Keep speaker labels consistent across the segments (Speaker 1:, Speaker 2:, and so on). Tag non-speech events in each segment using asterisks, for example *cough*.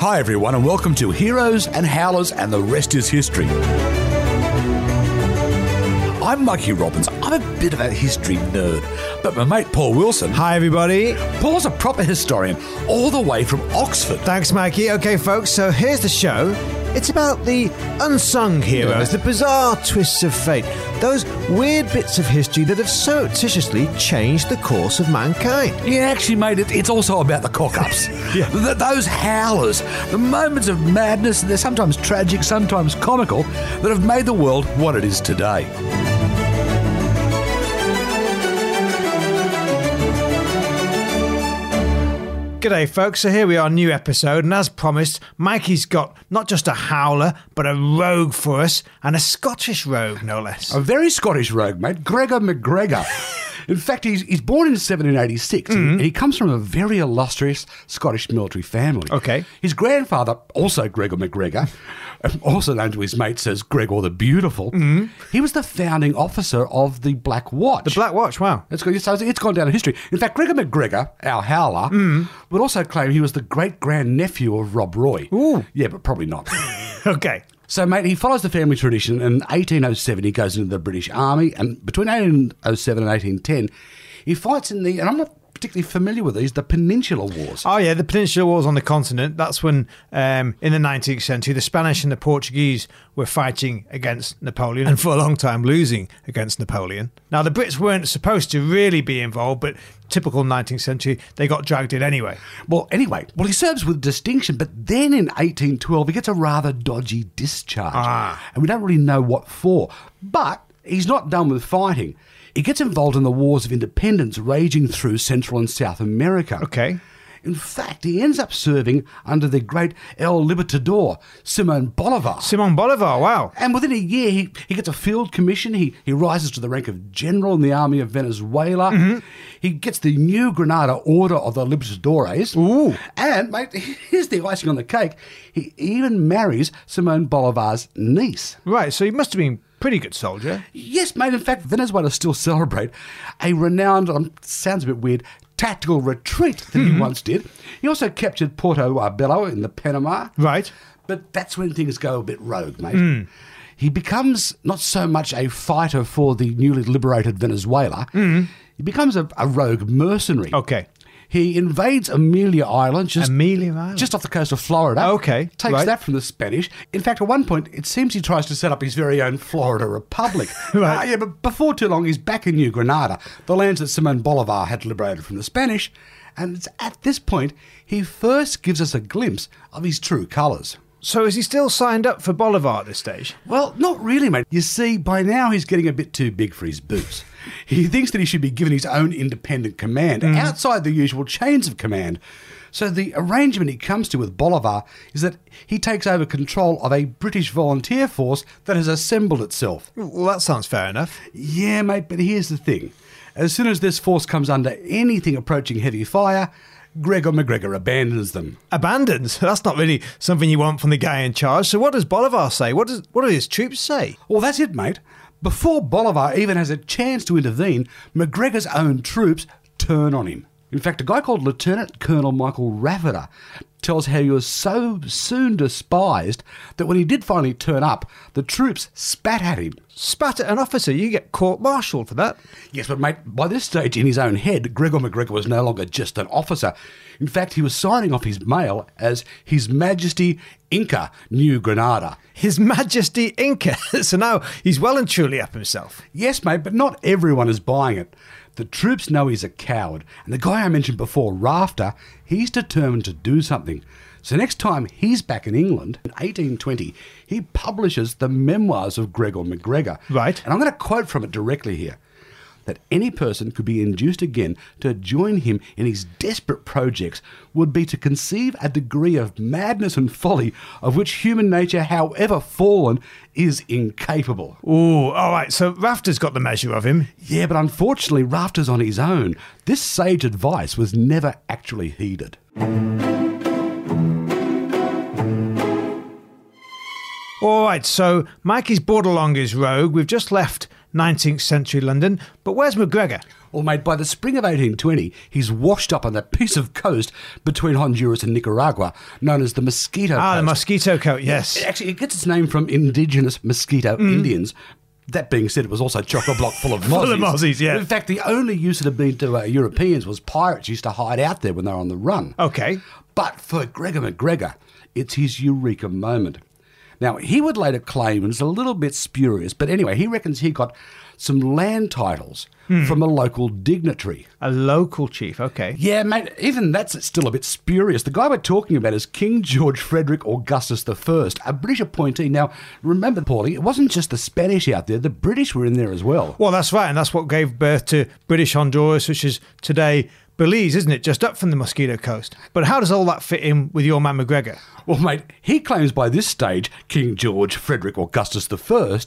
Speaker 1: Hi, everyone, and welcome to Heroes and Howlers, and the rest is history. I'm Mikey Robbins. I'm a bit of a history nerd, but my mate Paul Wilson,
Speaker 2: Hi, everybody.
Speaker 1: Paul's a proper historian, all the way from Oxford.
Speaker 2: Thanks, Mikey. Okay, folks, so here's the show. It's about the unsung heroes, the bizarre twists of fate, those weird bits of history that have surreptitiously changed the course of mankind.
Speaker 1: Yeah, actually, mate, it, it's also about the cock ups.
Speaker 2: *laughs* Yeah.
Speaker 1: Th- those howlers, the moments of madness, they're sometimes tragic, sometimes comical, that have made the world what it is today.
Speaker 2: G'day, folks. So here we are, new episode, and as promised, Mikey's got not just a howler, but a rogue for us, and a Scottish rogue, no less.
Speaker 1: A very Scottish rogue, mate, Gregor
Speaker 2: *laughs*
Speaker 1: MacGregor. In fact, he's, he's born in 1786
Speaker 2: Mm-hmm.
Speaker 1: and he comes from a very illustrious Scottish military family.
Speaker 2: Okay.
Speaker 1: His grandfather, also Gregor MacGregor, *laughs* um, also known to his mates as Gregor the Beautiful, he was the founding officer of the Black Watch.
Speaker 2: Mm-hmm. The Black Watch, wow.
Speaker 1: It's gone, so it's gone down in history. In fact, Gregor MacGregor, our howler,
Speaker 2: Mm-hmm.
Speaker 1: would also claim he was the great grand nephew of Rob Roy.
Speaker 2: Ooh.
Speaker 1: Yeah, but probably not.
Speaker 2: *laughs* Okay.
Speaker 1: So, mate, he follows the family tradition, and in 1807 he goes into the British Army, and between 1807 and 1810 he fights in the, and I'm not particularly familiar with these, the Peninsular Wars.
Speaker 2: Oh yeah, the Peninsular Wars on the continent. That's when, um, in the 19th century, the Spanish and the Portuguese were fighting against Napoleon, and for a long time losing against Napoleon. Now the Brits weren't supposed to really be involved, but typical 19th century, they got dragged in anyway.
Speaker 1: Well, anyway, well, he serves with distinction, but then in 1812 he gets a rather dodgy discharge,
Speaker 2: Ah.
Speaker 1: and we don't really know what for. But he's not done with fighting. He gets involved in the wars of independence raging through Central and South America.
Speaker 2: Okay.
Speaker 1: In fact, he ends up serving under the great El Libertador, Simon Bolivar.
Speaker 2: Simon Bolivar, wow.
Speaker 1: And within a year, he, he gets a field commission. He, he rises to the rank of general in the army of Venezuela. He gets the new Granada Order of the Libertadores.
Speaker 2: Ooh.
Speaker 1: And, mate, *laughs* here's the icing on the cake. He even marries Simone Bolivar's niece.
Speaker 2: Right, so he must have been a pretty good soldier.
Speaker 1: Yes, mate, in fact, Venezuela still celebrate a renowned, um, sounds a bit weird, tactical retreat that he once did. He also captured Porto Bello in the Panama.
Speaker 2: Right. Hmm.
Speaker 1: But that's when things go a bit rogue, mate. He becomes not so much a fighter for the newly liberated Venezuela, he becomes a, a rogue mercenary.
Speaker 2: Hmm. Okay.
Speaker 1: He invades Amelia Island, just,
Speaker 2: Amelia Island.
Speaker 1: just off the coast of Florida.
Speaker 2: Okay,
Speaker 1: Takes
Speaker 2: right.
Speaker 1: that from the Spanish. In fact, at one point, it seems he tries to set up his very own Florida Republic.
Speaker 2: *laughs* Right.
Speaker 1: Ah, yeah, but before too long, he's back in New Granada, the lands that Simon Bolivar had liberated from the Spanish. And it's at this point he first gives us a glimpse of his true colours.
Speaker 2: So is he still signed up for Bolivar at this stage?
Speaker 1: Well, not really, mate. You see, by now he's getting a bit too big for his boots. he thinks that he should be given his own independent command outside the usual chains of command. So the arrangement he comes to with Bolivar is that he takes over control of a British volunteer force that has assembled itself.
Speaker 2: Well, that sounds fair enough.
Speaker 1: Yeah, mate, but here's the thing. As soon as this force comes under anything approaching heavy fire, Gregor MacGregor abandons them.
Speaker 2: abandoned. So that's not really something you want from the guy in charge. So what does Bolivar say? What does what do his troops say?
Speaker 1: Well, that's it, mate. Before Bolivar even has a chance to intervene, McGregor's own troops turn on him. In fact, a guy called Lieutenant Colonel Michael Raffiter tells how he was so soon despised that when he did finally turn up, the troops spat at him.
Speaker 2: Spat at an officer, you get court-martialed for that.
Speaker 1: Yes, but mate, by this stage in his own head, Gregor McGregor was no longer just an officer. In fact, he was signing off his mail as His Majesty Inca New Granada.
Speaker 2: His Majesty Inca. *laughs* so now he's well and truly up himself.
Speaker 1: Yes, mate, but not everyone is buying it. The troops know he's a coward, and the guy I mentioned before, Rafter, he's determined to do something. So next time he's back in England, in 1820, he publishes the memoirs of Gregor MacGregor.
Speaker 2: Right.
Speaker 1: And I'm going to quote from it directly here. That any person could be induced again to join him in his desperate projects would be to conceive a degree of madness and folly of which human nature, however fallen, is incapable.
Speaker 2: Ooh, all right. So Rafter's got the measure of him.
Speaker 1: Yeah, but unfortunately, Rafter's on his own. This sage advice was never actually heeded.
Speaker 2: All right. So Mikey's brought along his rogue. We've just left 19th century London. But where's McGregor?
Speaker 1: Or made by the spring of 1820, he's washed up on that piece of coast between Honduras and Nicaragua, known as the Mosquito
Speaker 2: Ah, the
Speaker 1: Coast.
Speaker 2: mosquito coat,
Speaker 1: *laughs*
Speaker 2: yes.
Speaker 1: It Actually, it gets its name from indigenous mosquito
Speaker 2: Mm.
Speaker 1: Indians. That being said, it was also chocolate block
Speaker 2: *laughs*
Speaker 1: full of Mozzies.
Speaker 2: of Mozzies, yeah.
Speaker 1: In fact, the only use it had been to uh, Europeans was pirates used to hide out there when they were on the run.
Speaker 2: Okay.
Speaker 1: But for Gregor McGregor, it's his eureka moment. Now, he would later claim, and it's a little bit spurious, but anyway, he reckons he got some land titles from a local dignitary.
Speaker 2: A local chief, okay.
Speaker 1: Yeah, mate, even that's still a bit spurious. The guy we're talking about is King George Frederick Augustus I, a British appointee. Now, remember, Paulie, it wasn't just the Spanish out there, the British were in there as well.
Speaker 2: Well, that's right, and that's what gave birth to British Honduras, which is today Belize, isn't it? Just up from the Mosquito Coast. But how does all that fit in with your man McGregor?
Speaker 1: Well, mate, he claims by this stage King George Frederick Augustus I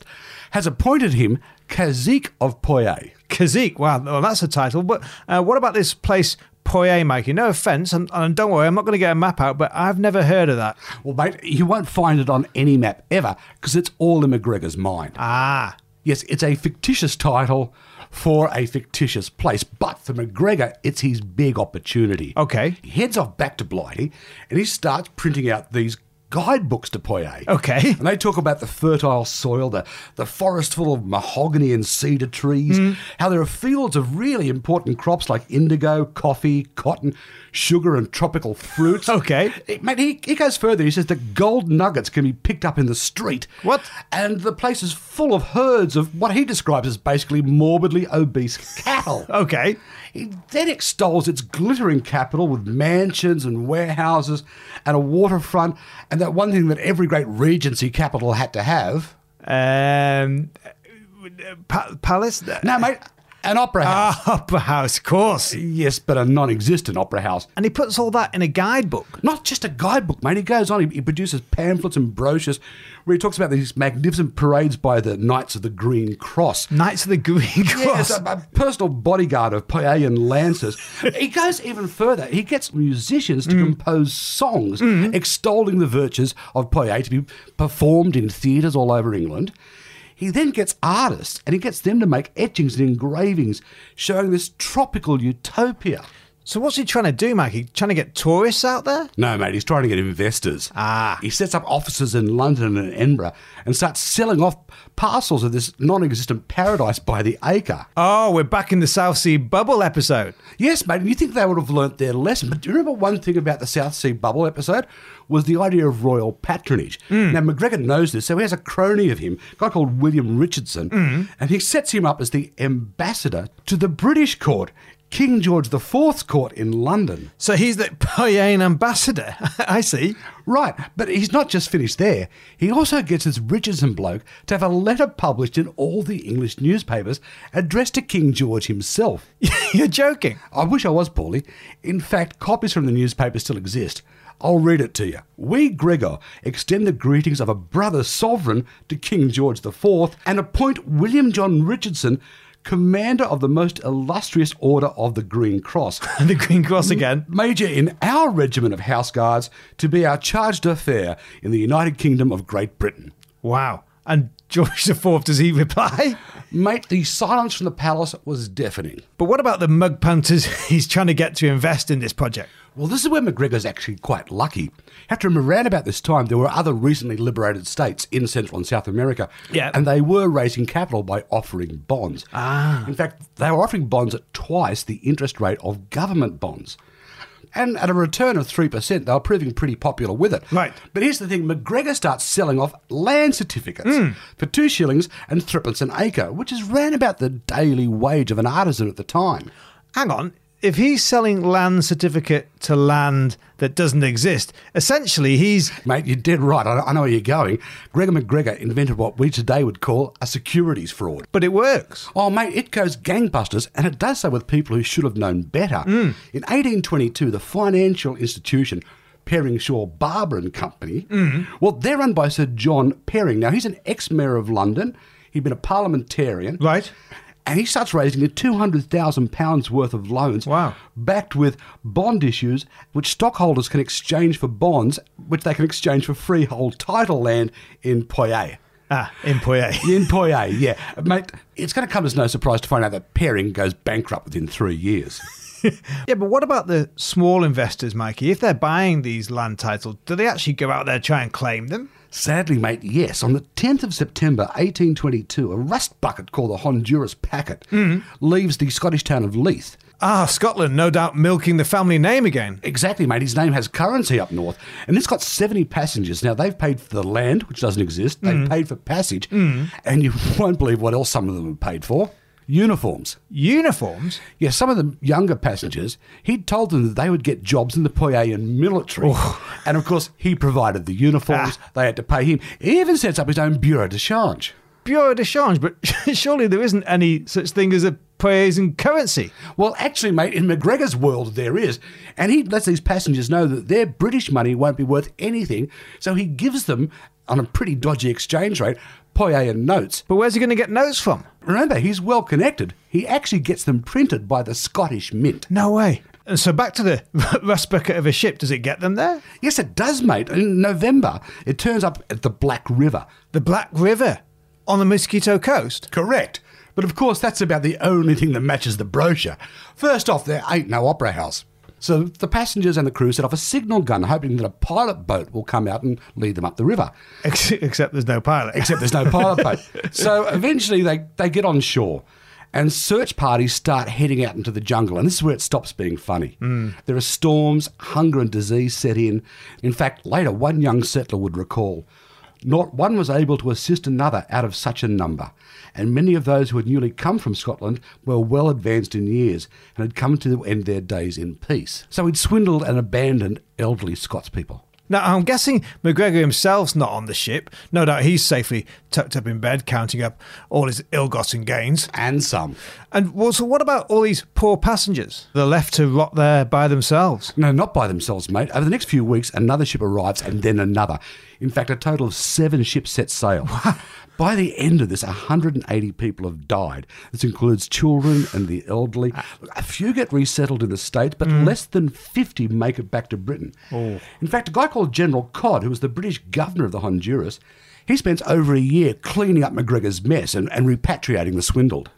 Speaker 1: has appointed him Cazique of Poyet.
Speaker 2: Kazik, wow, well, that's a title. But uh, what about this place, Poye, Mikey? No offense, and, and don't worry, I'm not going to get a map out, but I've never heard of that.
Speaker 1: Well, mate, you won't find it on any map ever because it's all in McGregor's mind.
Speaker 2: Ah,
Speaker 1: Yes, it's a fictitious title for a fictitious place, but for McGregor, it's his big opportunity.
Speaker 2: okay.
Speaker 1: He heads off back to Blighty and he starts printing out these guidebooks to Poyet.
Speaker 2: Okay. *laughs*
Speaker 1: *laughs* And they talk about the fertile soil, the, the forest full of mahogany and cedar trees,
Speaker 2: Mm.
Speaker 1: how there are fields of really important crops like indigo, coffee, cotton, sugar, and tropical fruits.
Speaker 2: *laughs* Okay.
Speaker 1: It, mate, he, he goes further. He says that gold nuggets can be picked up in the street.
Speaker 2: What?
Speaker 1: And the place is full of herds of what he describes as basically morbidly obese cattle.
Speaker 2: Okay.
Speaker 1: He then extols its glittering capital with mansions and warehouses and a waterfront and that one thing that every great regency capital had to have.
Speaker 2: Um, pa- palace? *laughs*
Speaker 1: Now, mate, an opera house.
Speaker 2: Ah, Opera House, of course.
Speaker 1: Ah, yes, but a non existent opera house.
Speaker 2: And he puts all that in a guidebook.
Speaker 1: Not just a guidebook, mate. He goes on, he, he produces pamphlets and brochures where he talks about these magnificent parades by the Knights of the Green Cross.
Speaker 2: Knights of the Green Cross.
Speaker 1: Yes, a, a personal bodyguard of Paean
Speaker 2: *laughs*
Speaker 1: Lancers. he goes even further. He gets musicians
Speaker 2: Mm.
Speaker 1: to compose songs extolling the virtues of Paean to be performed in theatres all over England. He then gets artists and he gets them to make etchings and engravings showing this tropical utopia.
Speaker 2: So what's he trying to do, Mikey? Trying to get tourists out there?
Speaker 1: No, mate, he's trying to get investors.
Speaker 2: Ah.
Speaker 1: He sets up offices in London and Edinburgh and starts selling off parcels of this non existent paradise by the acre.
Speaker 2: Oh, we're back in the South Sea Bubble episode.
Speaker 1: Yes, mate, and you think they would have learnt their lesson. But do you remember one thing about the South Sea Bubble episode? Was the idea of royal patronage. Now, McGregor knows this, so he has a crony of him, a guy called William Richardson, and he sets him up as the ambassador to the British court, King George IV's court in London.
Speaker 2: So he's the *laughs* Poyane ambassador. *laughs* I see.
Speaker 1: Right, but he's not just finished there. He also gets this Richardson bloke to have a letter published in all the English newspapers addressed to King George himself.
Speaker 2: You're joking.
Speaker 1: I wish I was, Paulie. In fact, copies from the newspaper still exist. I'll read it to you. We, Gregor, extend the greetings of a brother sovereign to King George IV and appoint William John Richardson commander of the most illustrious order of the Green Cross,
Speaker 2: And the Green Cross again.
Speaker 1: major in our regiment of House Guards, to be our charge d'affaires in the United Kingdom of Great Britain.
Speaker 2: Wow. And George IV, does he *laughs* reply?
Speaker 1: Mate, the silence from the palace was deafening.
Speaker 2: But what about the mug punters *laughs* he's trying to get to invest in this project?
Speaker 1: Well, this is where McGregor's actually quite lucky. You have to remember, around about this time, there were other recently liberated states in Central and South America.
Speaker 2: Yeah.
Speaker 1: And they were raising capital by offering bonds. Ah. In fact, they were offering bonds at twice the interest rate of government bonds. And at a return of 3%, they were proving pretty popular with it.
Speaker 2: Right.
Speaker 1: But here's the thing McGregor starts selling off land certificates
Speaker 2: Hmm.
Speaker 1: for two shillings and threepence an acre, which is round about the daily wage of an artisan at the time.
Speaker 2: Hang on. If he's selling land certificate to land that doesn't exist, essentially he's
Speaker 1: Mate, you did right. I, I know where you're going. Gregor McGregor invented what we today would call a securities fraud.
Speaker 2: but it works.
Speaker 1: Oh, mate, it goes gangbusters, and it does so with people who should have known better. In 1822, the financial institution Perring Shaw Barber and Company, well, they're run by Sir John Perring. Now, he's an ex-mayor of London. He'd been a parliamentarian.
Speaker 2: Right.
Speaker 1: And he starts raising a £200,000 worth of loans
Speaker 2: Wow.
Speaker 1: backed with bond issues, which stockholders can exchange for bonds, which they can exchange for freehold title land in Poyet.
Speaker 2: Ah, in Poitiers.
Speaker 1: In Poitiers, yeah. Mate, it's going to come as no surprise to find out that Pairing goes bankrupt within three years.
Speaker 2: Yeah, but what about the small investors, Mikey? If they're buying these land titles, do they actually go out there and try and claim them?
Speaker 1: Sadly, mate, yes. On the 10th of September 1822, a rust bucket called the Honduras Packet leaves the Scottish town of Leith.
Speaker 2: Ah, Scotland, no doubt milking the family name again.
Speaker 1: Exactly, mate. His name has currency up north, and it's got 70 passengers. Now, they've paid for the land, which doesn't exist. They've paid for passage, and you *laughs* won't believe what else some of them have paid for uniforms.
Speaker 2: Uniforms?
Speaker 1: Yeah, some of the younger passengers, he'd told them that they would get jobs in the Poitian military. And of course, he provided the uniforms. They had to pay him. He even sets up his own bureau de change.
Speaker 2: Bureau de change, but *laughs* surely there isn't any such thing as a Poitian currency.
Speaker 1: Well, actually, mate, in McGregor's world, there is. And he lets these passengers know that their British money won't be worth anything. So he gives them, on a pretty dodgy exchange rate, Poitian notes.
Speaker 2: But where's he going to get notes from?
Speaker 1: Remember, he's well connected. He actually gets them printed by the Scottish Mint.
Speaker 2: No way. And so back to the *laughs* rust bucket of a ship, does it get them there?
Speaker 1: Yes, it does, mate. In November, it turns up at the Black River.
Speaker 2: The Black River on the Mosquito Coast?
Speaker 1: Correct. But of course, that's about the only thing that matches the brochure. First off, there ain't no opera house. So the passengers and the crew set off a signal gun, hoping that a pilot boat will come out and lead them up the river.
Speaker 2: Ex- Except there's no pilot.
Speaker 1: Except there's no pilot boat. So eventually, they, they get on shore. And search parties start heading out into the jungle, and this is where it stops being funny. There are storms, hunger, and disease set in. In fact, later, one young settler would recall not one was able to assist another out of such a number, and many of those who had newly come from Scotland were well advanced in years and had come to end their days in peace. So he'd swindled and abandoned elderly Scots people.
Speaker 2: Now, I'm guessing McGregor himself's not on the ship. No doubt he's safely tucked up in bed, counting up all his ill gotten gains.
Speaker 1: And some.
Speaker 2: And well, so, what about all these poor passengers? They're left to rot there by themselves.
Speaker 1: No, not by themselves, mate. Over the next few weeks, another ship arrives and then another. In fact, a total of seven ships set sail. *laughs* By the end of this, 180 people have died. This includes children and the elderly. A few get resettled in the States, but less than 50 make it back to Britain. In fact, a guy called General Codd, who was the British governor of the Honduras, he spends over a year cleaning up McGregor's mess and, and repatriating the swindled.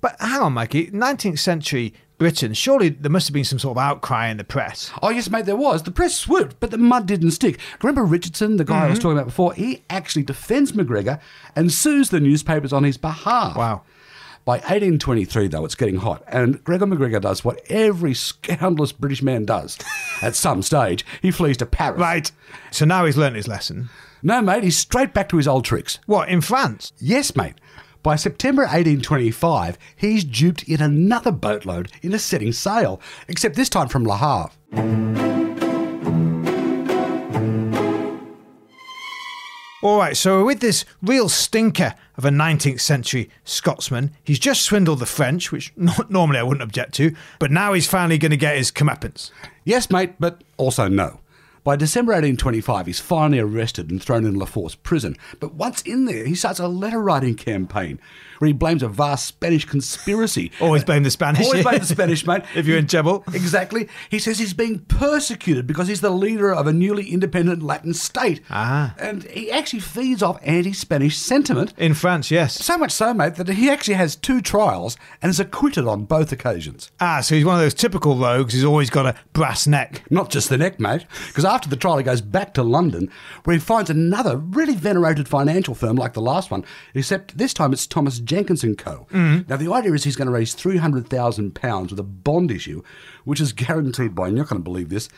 Speaker 2: But hang on, Mikey, 19th century Britain, surely there must have been some sort of outcry in the press.
Speaker 1: Oh, yes, mate, there was. The press swooped, but the mud didn't stick. Remember Richardson, the guy
Speaker 2: Mm-hmm.
Speaker 1: I was talking about before? He actually defends McGregor and sues the newspapers on his behalf.
Speaker 2: Wow.
Speaker 1: By 1823, though, it's getting hot, and Gregor McGregor does what every scoundrelous British man does. At some stage, he flees to Paris.
Speaker 2: Right. So now he's learnt his lesson.
Speaker 1: No, mate, he's straight back to his old tricks.
Speaker 2: What, in France?
Speaker 1: Yes, mate. By September 1825, he's duped in another boatload in a setting sail, except this time from La Havre.
Speaker 2: All right, so with this real stinker of a 19th century Scotsman, he's just swindled the French, which *laughs* not, normally I wouldn't object to, but now he's finally going to get his comeuppance.
Speaker 1: Yes, mate, but also no. By December 1825, he's finally arrested and thrown in La Force prison. But once in there, he starts a letter writing campaign where he blames a vast Spanish
Speaker 2: *laughs*
Speaker 1: conspiracy.
Speaker 2: Always blame the Spanish.
Speaker 1: Always blame the Spanish, mate.
Speaker 2: *laughs* If you're in trouble.
Speaker 1: *laughs* Exactly. He says he's being persecuted because he's the leader of a newly independent Latin state.
Speaker 2: Ah.
Speaker 1: And he actually feeds off anti Spanish sentiment.
Speaker 2: In France, yes.
Speaker 1: So much so, mate, that he actually has two trials and is acquitted on both occasions.
Speaker 2: Ah, so he's one of those typical rogues who's always got a brass neck. *laughs*
Speaker 1: Not just the neck, mate, because after the trial, he goes back to London where he finds another really venerated financial firm like the last one, except this time it's Thomas Jenkins and Co. Now, the idea is he's going to raise £300,000 with a bond issue, which is guaranteed by, and you're not going to believe this,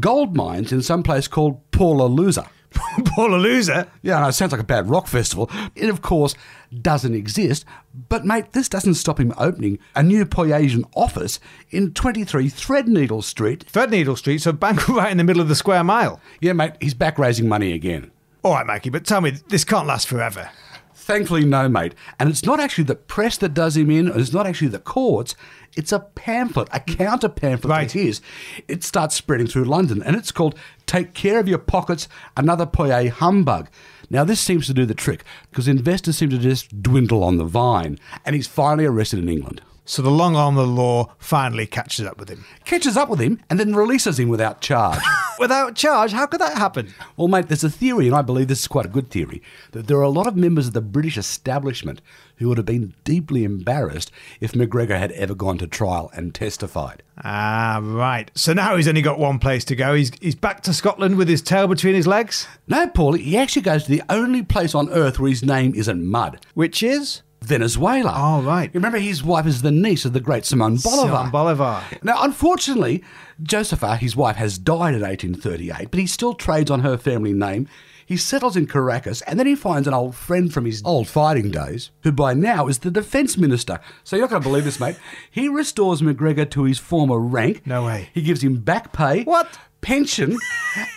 Speaker 1: gold mines in some place called Paula Loser.
Speaker 2: Paul a loser.
Speaker 1: Yeah, no, it sounds like a bad rock festival. It, of course, doesn't exist. But, mate, this doesn't stop him opening a new Poyasian office in 23 Threadneedle Street.
Speaker 2: Threadneedle Street, so bank *laughs* right in the middle of the square mile.
Speaker 1: Yeah, mate, he's back raising money again.
Speaker 2: All right, Mikey, but tell me, this can't last forever.
Speaker 1: Thankfully, no, mate. And it's not actually the press that does him in, and it's not actually the courts. It's a pamphlet, a counter pamphlet
Speaker 2: Right.
Speaker 1: to his. It starts spreading through London, and it's called Take Care of Your Pockets, Another Poyet Humbug. Now, this seems to do the trick, because investors seem to just dwindle on the vine, and he's finally arrested in England.
Speaker 2: So the long arm of the law finally catches up with him.
Speaker 1: Catches up with him, and then releases him without charge.
Speaker 2: without charge? How could that happen?
Speaker 1: Well, mate, there's a theory, and I believe this is quite a good theory, that there are a lot of members of the British establishment who would have been deeply embarrassed if McGregor had ever gone to trial and testified.
Speaker 2: Ah, right. So now he's only got one place to go. He's, he's back to Scotland with his tail between his legs,
Speaker 1: No, Paulie, he actually goes to the only place on earth where his name isn't mud
Speaker 2: which is
Speaker 1: Venezuela.
Speaker 2: Oh, right.
Speaker 1: Remember, his wife is the niece of the great Simone Bolivar.
Speaker 2: Simon Bolivar. *laughs*
Speaker 1: Now, unfortunately, Josepha, his wife, has died in 1838, but he still trades on her family name. He settles in Caracas, and then he finds an old friend from his old fighting days, who by now is the defense minister. So you're not going to believe this, mate. He restores McGregor to his former rank.
Speaker 2: No way.
Speaker 1: He gives him back pay.
Speaker 2: What?
Speaker 1: Pension.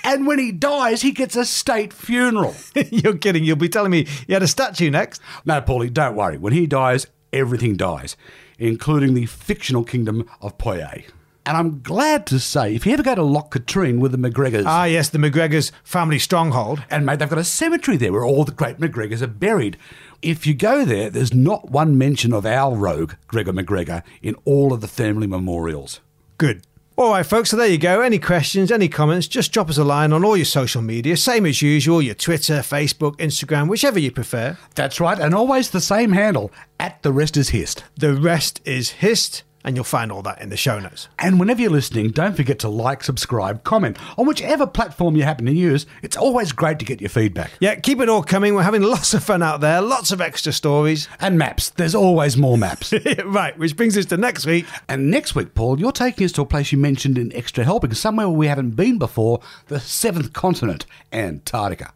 Speaker 1: and when he dies, he gets a state funeral.
Speaker 2: You're kidding. You'll be telling me you had a statue next.
Speaker 1: No, Paulie, don't worry. When he dies, everything dies, including the fictional kingdom of Poyet. And I'm glad to say, if you ever go to Loch Katrine with the McGregors,
Speaker 2: Ah, yes, the McGregor's family stronghold.
Speaker 1: and mate, they've got a cemetery there where all the great McGregors are buried. If you go there, there's not one mention of our rogue, Gregor McGregor, in all of the family memorials.
Speaker 2: Good. All right, folks, so there you go. Any questions, any comments, just drop us a line on all your social media. Same as usual, your Twitter, Facebook, Instagram, whichever you prefer.
Speaker 1: That's right, and always the same handle, at the rest is hist.
Speaker 2: The rest is hist, and you'll find all that in the show notes.
Speaker 1: And whenever you're listening, don't forget to like, subscribe, comment on whichever platform you happen to use. It's always great to get your feedback.
Speaker 2: Yeah, keep it all coming. We're having lots of fun out there, lots of extra stories. *laughs*
Speaker 1: And maps. There's always more maps.
Speaker 2: right, which brings us to next week.
Speaker 1: and next week, Paul, you're taking us to a place you mentioned in Extra Helping, somewhere we haven't been before, the seventh continent, Antarctica.